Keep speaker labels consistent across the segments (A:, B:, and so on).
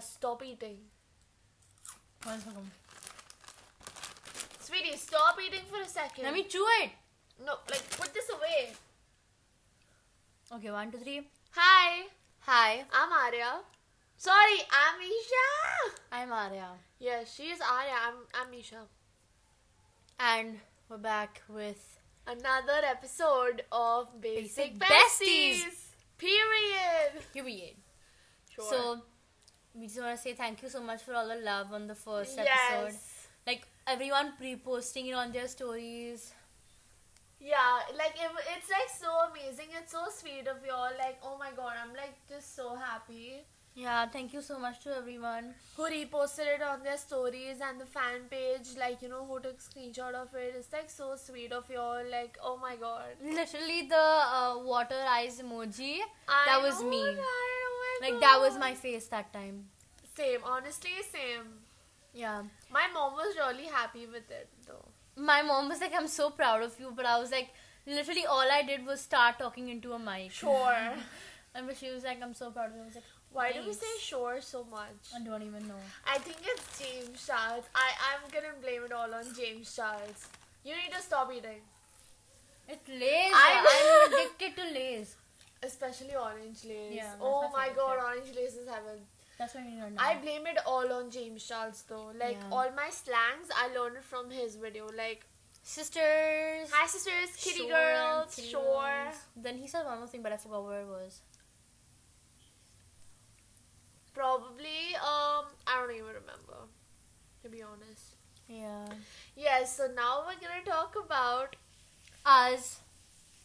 A: stop eating.
B: One second.
A: Sweetie, stop eating for a second.
B: Let me chew it.
A: No, like, put this away.
B: Okay, one, two, three.
A: Hi,
B: Hi,
A: I'm Arya. Sorry, I'm Isha.
B: I'm Arya,
A: Yeah, she's Arya. I'm, I'm Isha.
B: and we're back with
A: Another episode of Basic,
B: Basic
A: Besties.
B: Besties.
A: Period.
B: Hubie.
A: Sure.
B: So, we just want to say thank you so much for all the love on the first episode.
A: Yes.
B: Like everyone pre-posting it on their stories.
A: Yeah, like it, it's like so amazing. It's so sweet of y'all. Like, oh my god, I'm like just so happy.
B: Yeah, thank you so much to everyone.
A: Who reposted it on their stories and the fan page? Like, you know, who took screenshot of it? It's like so sweet of y'all. Like, oh my god.
B: Literally the uh, water eyes emoji.
A: I
B: that was
A: know,
B: me.
A: right? Oh my
B: Like that was
A: God.
B: my face that time.
A: same. Honestly, same.
B: Yeah.
A: My mom was really happy with it though.
B: My mom was like, "I'm so proud of you," but I was like, literally all I did was start talking into a mic.
A: Sure.
B: And but she was like, "I'm so proud of you." I was like,
A: Why do we
B: "Thanks."
A: say sure so much?
B: I don't even know.
A: I think it's James Charles. I I'm gonna blame it all on James Charles. You need to stop eating,
B: It's Lays.
A: I-
B: I'm addicted to Lays.
A: especially orange lace.
B: Yeah, that's
A: oh
B: my
A: my
B: favorite
A: god,
B: shade.
A: orange lace is heaven.
B: That's what we know now.
A: I blame it all on James Charles though. Like
B: Yeah.
A: all my slangs, I learned it from his video. Like
B: Sisters.
A: hi sisters, kitty
B: Sure,
A: girls,
B: kitty
A: sure.
B: girls. Then he said one more thing, but I forgot where it was.
A: Probably um I don't even remember. To be honest.
B: Yeah.
A: Yes, so now we're gonna talk about
B: Us.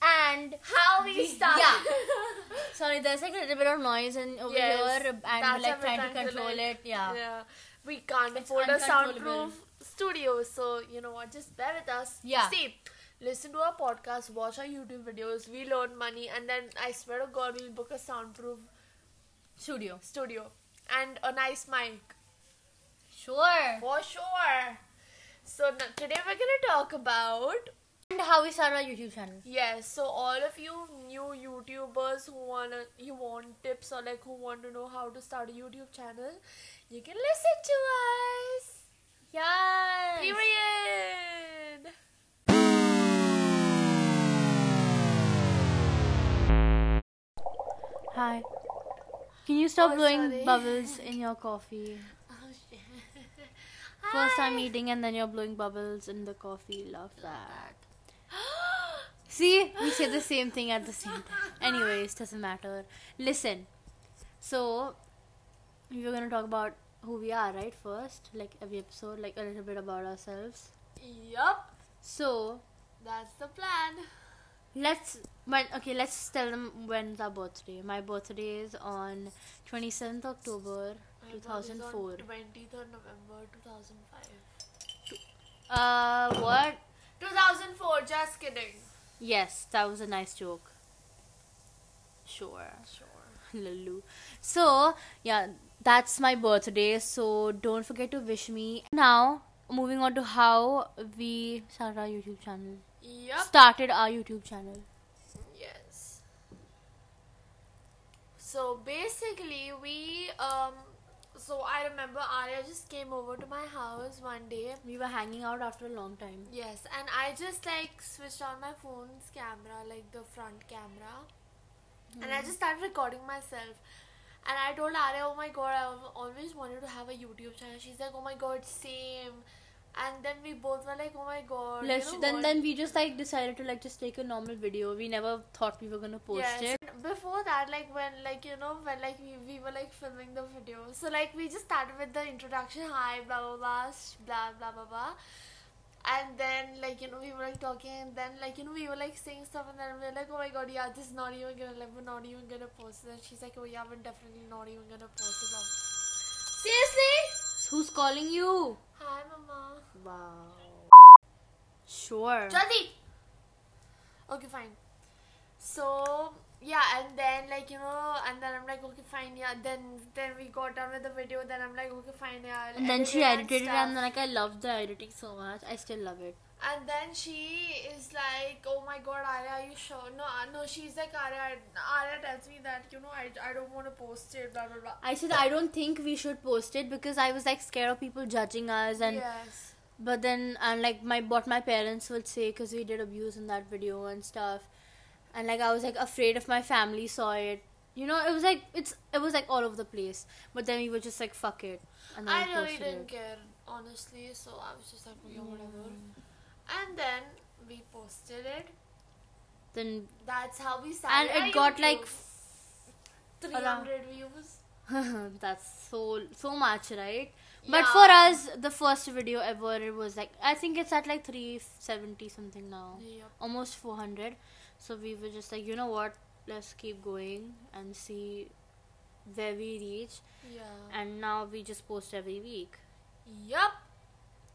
B: And
A: how we
B: We-
A: started.
B: sorry, there's like a little bit of noise in over
A: Yes,
B: here, and
A: that's
B: we're
A: why we're
B: like trying to
A: trying to,
B: control
A: like-
B: it. Yeah. yeah.
A: Yeah. We can't
B: It's
A: afford a
B: uncontrollable.
A: soundproof studio, so you know what? Just bear with us.
B: Yeah.
A: See, listen to our podcast, watch our YouTube videos. We learn money, and then I swear to God, we'll book a soundproof
B: Studio.
A: studio and a nice mic
B: Sure.
A: for sure. So n- today we're gonna talk about
B: And how we started our YouTube channel.
A: Yes, so all of you new YouTubers who wanna you want tips or like who want to know how to start a YouTube channel, you can listen to us.
B: Yeah.
A: Period.
B: Hi. Can you stop
A: Oh,
B: blowing
A: sorry.
B: bubbles in your coffee?
A: Oh shit.
B: First time eating and then you're blowing bubbles in the coffee. Love that. See, we say the same thing at the same time. Anyways, doesn't matter. Listen. So, we were gonna talk about who we are, right? First, like every episode, like a little bit about ourselves.
A: Yup,
B: So,
A: that's the plan.
B: let's. But okay, let's tell them when's our birthday. My birthday is on twenty seventh October, two thousand four.
A: Twentieth of November, two thousand five.
B: Uh, what?
A: Two thousand four. Just kidding.
B: Yes, that was a nice joke. Sure.
A: Sure.
B: Lulu. So, yeah, that's my birthday. So, don't forget to wish me. Now, moving on to how we started our YouTube channel.
A: Yup.
B: Started our YouTube channel.
A: Yes. So basically, we um. So I remember Arya just came over to my house one day.
B: We were hanging out after a long time.
A: Yes, and I just like switched on my phone's camera, like the front camera, and
B: Hmm.
A: I just started recording myself. And I told Arya, "Oh my god, I've always wanted to have a YouTube channel." She's like, "Oh my god, same." And then we both were like, "Oh my god." you
B: Let's,
A: know
B: then
A: what?
B: then we just like decided to like just take a normal video. We never thought we were gonna post it.
A: and Before that, like when like you know when like we, we were like filming the video, so like we just started with the introduction, hi blah blah blah sh- blah blah blah blah, and then like you know we were like talking, and then like you know we were like saying stuff, and then we were like oh my god yeah this is not even gonna like we're not even gonna post it. And she's like oh yeah we're definitely not even gonna post it. Blah, blah. Seriously?
B: Who's calling you?
A: Hi mama.
B: Wow. Sure.
A: Jaldi. Okay, fine. So yeah, and then like you know, and then I'm like, okay, fine, yeah. Then then we got done with the video. Then I'm like, okay, fine, yeah. I'll
B: And then
A: edit
B: she
A: it and
B: edited it,
A: stuff.
B: and like I loved the editing so much. I still love it.
A: And then she is like, "Oh my God, Arya, are you sure?" No, uh, no, she's like, "Arya, Arya tells me that you know I, I don't want to post it." Blah blah blah.
B: I said I don't think we should post it because I was like scared of people judging us and
A: yes.
B: but then and like my what my parents would say because we did abuse in that video and stuff and like I was like afraid if my family saw it. You know, it was like it's it was like all over the place. But then we were just like fuck it. And then
A: I
B: we
A: really
B: posted
A: didn't
B: it.
A: care, honestly. So I was just like, okay, whatever.
B: Mm.
A: And then we posted it.
B: Then
A: That's how we
B: and
A: started. our
B: it got like
A: YouTube.
B: f-
A: 300 views.
B: that's so so much, right? But
A: Yeah.
B: for us, the first video ever it was like I think it's at like three seventy something now,
A: Yep.
B: almost four hundred. So we were just like, you know what? Let's keep going and see where we reach.
A: Yeah.
B: And now we just post every week.
A: Yep.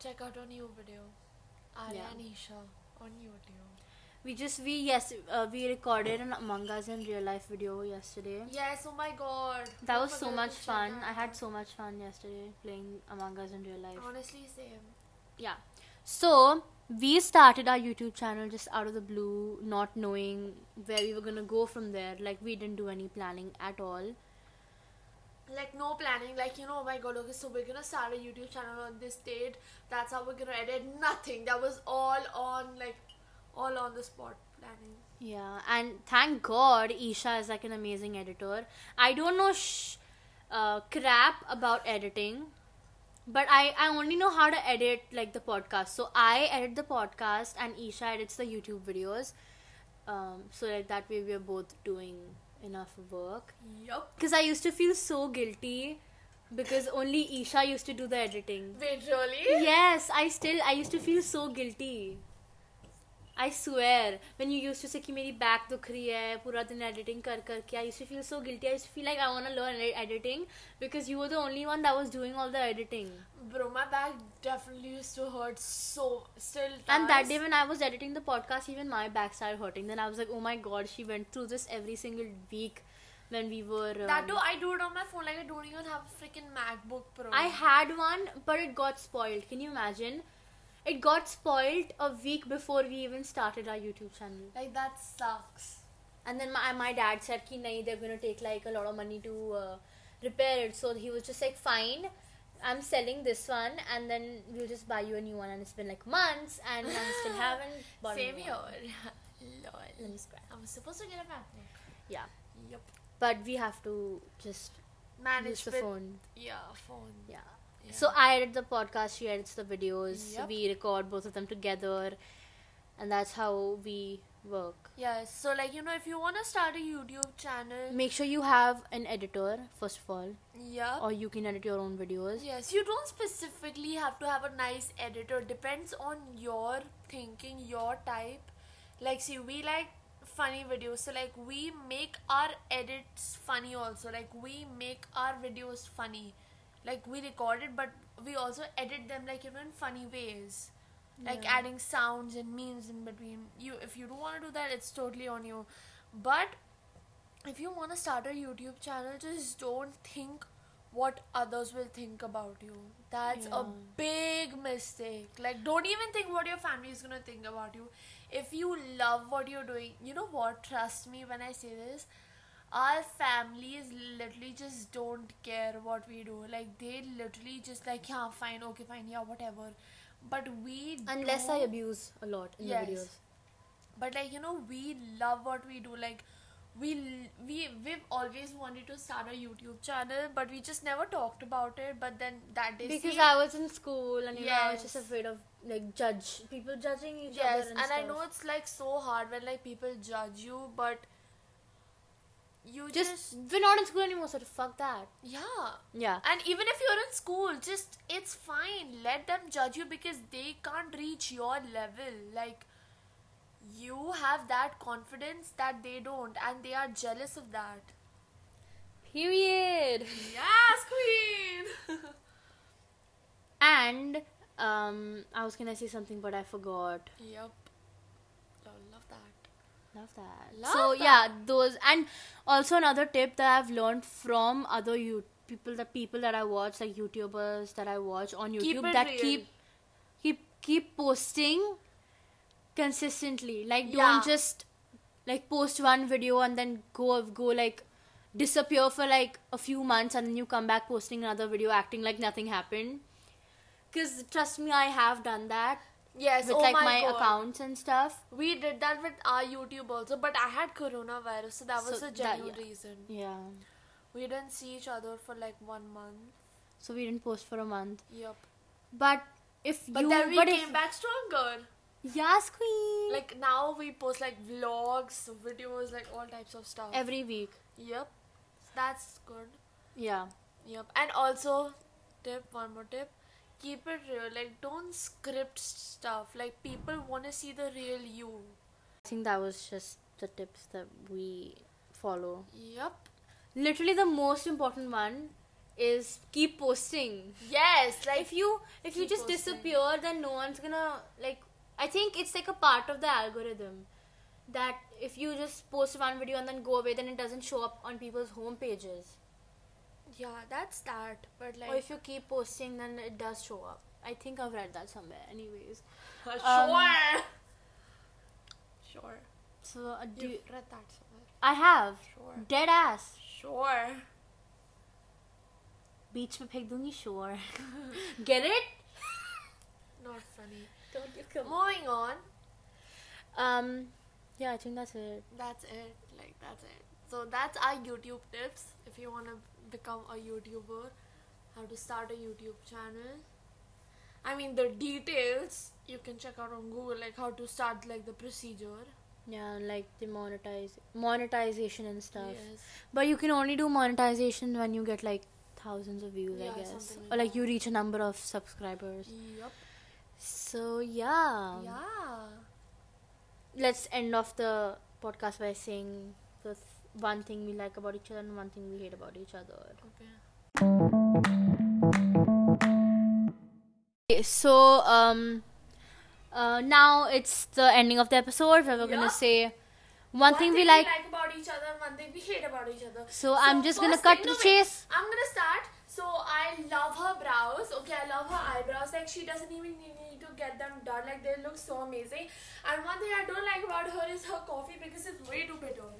A: Check out our new video. Arya
B: Yeah.
A: and Isha on YouTube.
B: We just we yes uh, we recorded an Among Us in real life video yesterday.
A: Yes, oh my god.
B: That
A: Don't
B: was so
A: forget to
B: much
A: check
B: fun.
A: that
B: I had
A: out.
B: so much fun yesterday playing Among Us in real life.
A: Honestly, same.
B: Yeah. So we started our YouTube channel just out of the blue, not knowing where we were gonna go from there. Like we didn't do any planning at all.
A: Like, no planning. Like, you know, oh my god, okay, so we're gonna start a YouTube channel on this date. That's how we're gonna edit. Nothing. That was all on, like, all on the spot planning.
B: Yeah, and thank God Isha is like an amazing editor. I don't know sh- uh, crap about editing, but I I only know how to edit like the podcast. So I edit the podcast and Isha edits the YouTube videos. Um, so like that way we are both doing enough work.
A: Yup.
B: Because I used to feel so guilty because only Isha used to do the editing.
A: Wait, really?
B: Yes, I still I used to feel so guilty. I swear, when you used to say कि मेरी back दुख रही है पूरा दिन editing कर कर के I used to feel so guilty. I used to feel like I want to learn ed- editing because you were the only one that was doing all the editing.
A: Bro, my back definitely used to hurt so. Still.
B: And that
A: does.
B: day when I was editing the podcast, even my back started hurting. Then I was like, oh my god, she went through this every single week when we were.
A: That
B: um,
A: too, I do it on my phone. Like I don't even have a freaking MacBook Pro.
B: I had one, but it got spoiled. Can you imagine? It got spoiled a week before we even started our YouTube channel.
A: like that sucks.
B: And then my, my dad said, Ki, nahi, they're going to take like a lot of money to uh, repair it. So he was just like, fine, I'm selling this one and then we'll just buy you a new one. And it's been like months and I still haven't bought a
A: Same
B: new
A: here.
B: one.
A: Lol.
B: Let me scratch.
A: I was supposed to get a MacBook.
B: Yeah.
A: Yep.
B: But we have to just
A: Manage
B: use the
A: with-
B: phone.
A: Yeah, phone.
B: Yeah.
A: Yeah.
B: So I edit the podcast, she edits the videos.
A: Yep.
B: We record both of them together, and that's how we work.
A: yeah, so like you know, if you wanna start a YouTube channel,
B: Make sure you have an editor first of all,
A: yeah.
B: or you can edit your own videos.
A: Yes, you don't specifically have to have a nice editor. Depends on your thinking, your type. Like, see, we like funny videos, so like we make our edits funny also. Like we make our videos funny. Like we record it, but we also edit them like you know in funny ways. Like
B: Yeah.
A: adding sounds and memes in between. You, if you don't want to do that, it's totally on you. But if you want to start a YouTube channel, just don't think what others will think about you. That's a
B: Yeah.
A: big mistake. Like, don't even think what your family is gonna think about you. If you love what you're doing, you know what? Trust me when I say this. Our families literally just don't care what we do. Like, they literally just like, yeah, fine, okay, fine, yeah, whatever. But we
B: Unless I
A: do-
B: abuse a lot in
A: Yes.
B: the videos.
A: but like you know we love what we do like we l- we we've always wanted to start a youtube channel but we just never talked about it but then that day
B: Because
A: see-
B: I was in school and you know I was just
A: Yes.
B: afraid of like judge people judging each
A: yes
B: other.
A: and i know it's like so hard when like people judge you but you just,
B: just we're not in school anymore, so fuck that.
A: yeah
B: Yeah.
A: and even if you're in school just it's fine let them judge you because they can't reach your level like you have that confidence that they don't and they are jealous of that
B: Period.
A: Yes, queen.
B: And um, I was gonna say something, but I forgot.
A: yep. love that.
B: Love that.
A: Love
B: so
A: that.
B: yeah, those and also another tip that I've learned from other you people, the people that I watch, like YouTubers that I watch on
A: Keep
B: YouTube,
A: it
B: that
A: real.
B: keep keep keep posting consistently. Like don't
A: Yeah.
B: just like post one video and then go go like disappear for like a few months and then you come back posting another video acting like nothing happened. Cause trust me, I have done that
A: Yes,
B: with
A: oh
B: like
A: my,
B: my,
A: God.
B: accounts and stuff.
A: We did that with our YouTube also, but I had coronavirus, so that was
B: So
A: a
B: that-
A: genuine
B: yeah.
A: reason.
B: Yeah.
A: We didn't see each other for like one month.
B: So we didn't post for a month.
A: Yep.
B: But if
A: But
B: you
A: then we
B: but
A: came
B: if,
A: back stronger.
B: yes, queen.
A: Like now we post like vlogs, videos, like all types of stuff.
B: every week.
A: yep. That's good.
B: Yeah.
A: Yep. And also, tip one more tip keep it real. Like, don't script stuff. Like, people want to see the real you.
B: I think that was just the tips that we follow.
A: Yep.
B: Literally, the most important one is keep posting.
A: Yes. Like,
B: If you if you
A: Keep
B: just
A: posting.
B: disappear, then no one's gonna like. I think it's like a part of the algorithm that if you just post one video and then go away, then it doesn't show up on people's home pages.
A: yeah, that's that. But, like,
B: or if you keep posting, then it does show up. I think I've read that somewhere. Anyways,
A: Uh,
B: um,
A: sure. Sure.
B: so uh, do
A: You've read that somewhere.
B: I have
A: Sure.
B: dead ass
A: Sure.
B: beach पे फेंक दूंगी sure. Get it?
A: Not funny.
B: Don't you
A: Moving on.
B: Um, yeah, I think that's it.
A: That's it. Like, that's it. So, that's our YouTube tips. If you want to become a YouTuber, how to start a YouTube channel. I mean, the details you can check out on Google, like how to start, like the procedure.
B: Yeah, and, like the monetize monetization and stuff.
A: Yes.
B: But you can only do monetization when you get like thousands of views,
A: Yeah,
B: I guess,
A: something like
B: or like
A: that.
B: you reach a number of subscribers.
A: Yep.
B: So yeah,
A: yeah.
B: let's end off the podcast by saying the th- one thing we like about each other and one thing we hate about each other.
A: Okay.
B: Okay, so um uh now it's the ending of the episode where we're
A: Yeah.
B: gonna say one, thing, we like,
A: about each other, one thing we hate about each other.
B: So, I'm just gonna
A: first
B: cut
A: thing
B: to the
A: me-
B: chase.
A: I'm gonna start. So I love her brows. Okay, I love her eyebrows. Like she doesn't even need need to get them done. Like they look so amazing. And one thing I don't like about her is her coffee because it's way too bitter.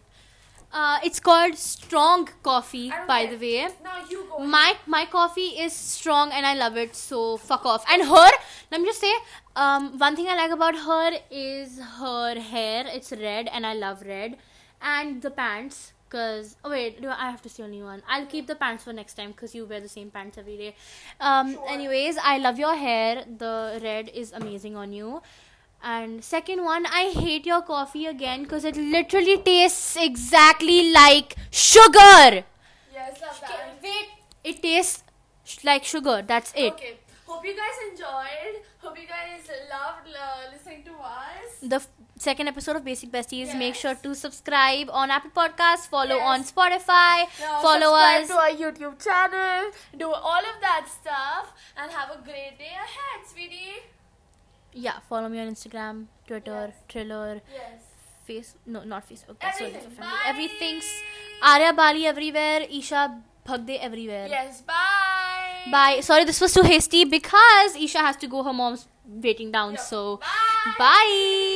B: uh it's called strong coffee
A: I don't
B: by
A: care.
B: the way.
A: Now you go.
B: My my coffee is strong and I love it, so fuck off. And her, let me just say, um, one thing I like about her is her hair. It's red and I love red, and the pants. Cause oh wait, do I have to say only one? I'll keep the pants for next time. Cause you wear the same pants every day. Um,
A: Sure.
B: anyways, I love your hair. The red is amazing on you. And second one, I hate your coffee again because it literally tastes exactly like sugar.
A: yes, love that.
B: Wait. It tastes sh- like sugar. That's it.
A: Okay. Hope you guys enjoyed. Hope you guys loved uh, listening to us.
B: The f- second episode of Basic Besties. Make
A: Yes.
B: sure to subscribe on Apple Podcasts. Follow
A: Yes.
B: on Spotify.
A: Yeah,
B: follow
A: subscribe
B: us.
A: to our YouTube channel. Do all of that stuff and have a great day ahead, sweetie.
B: yeah, follow me on Instagram, Twitter,
A: Yes.
B: Triller,
A: Yes.
B: Face. No, not Facebook. That's only
A: Everything.
B: for family.
A: Bye.
B: Everything's Arya Bali everywhere. Isha Bhagde everywhere.
A: Yes, bye.
B: Bye. Sorry, this was too hasty because Isha has to go. Her mom's waiting down.
A: Yep.
B: So,
A: Bye.
B: bye.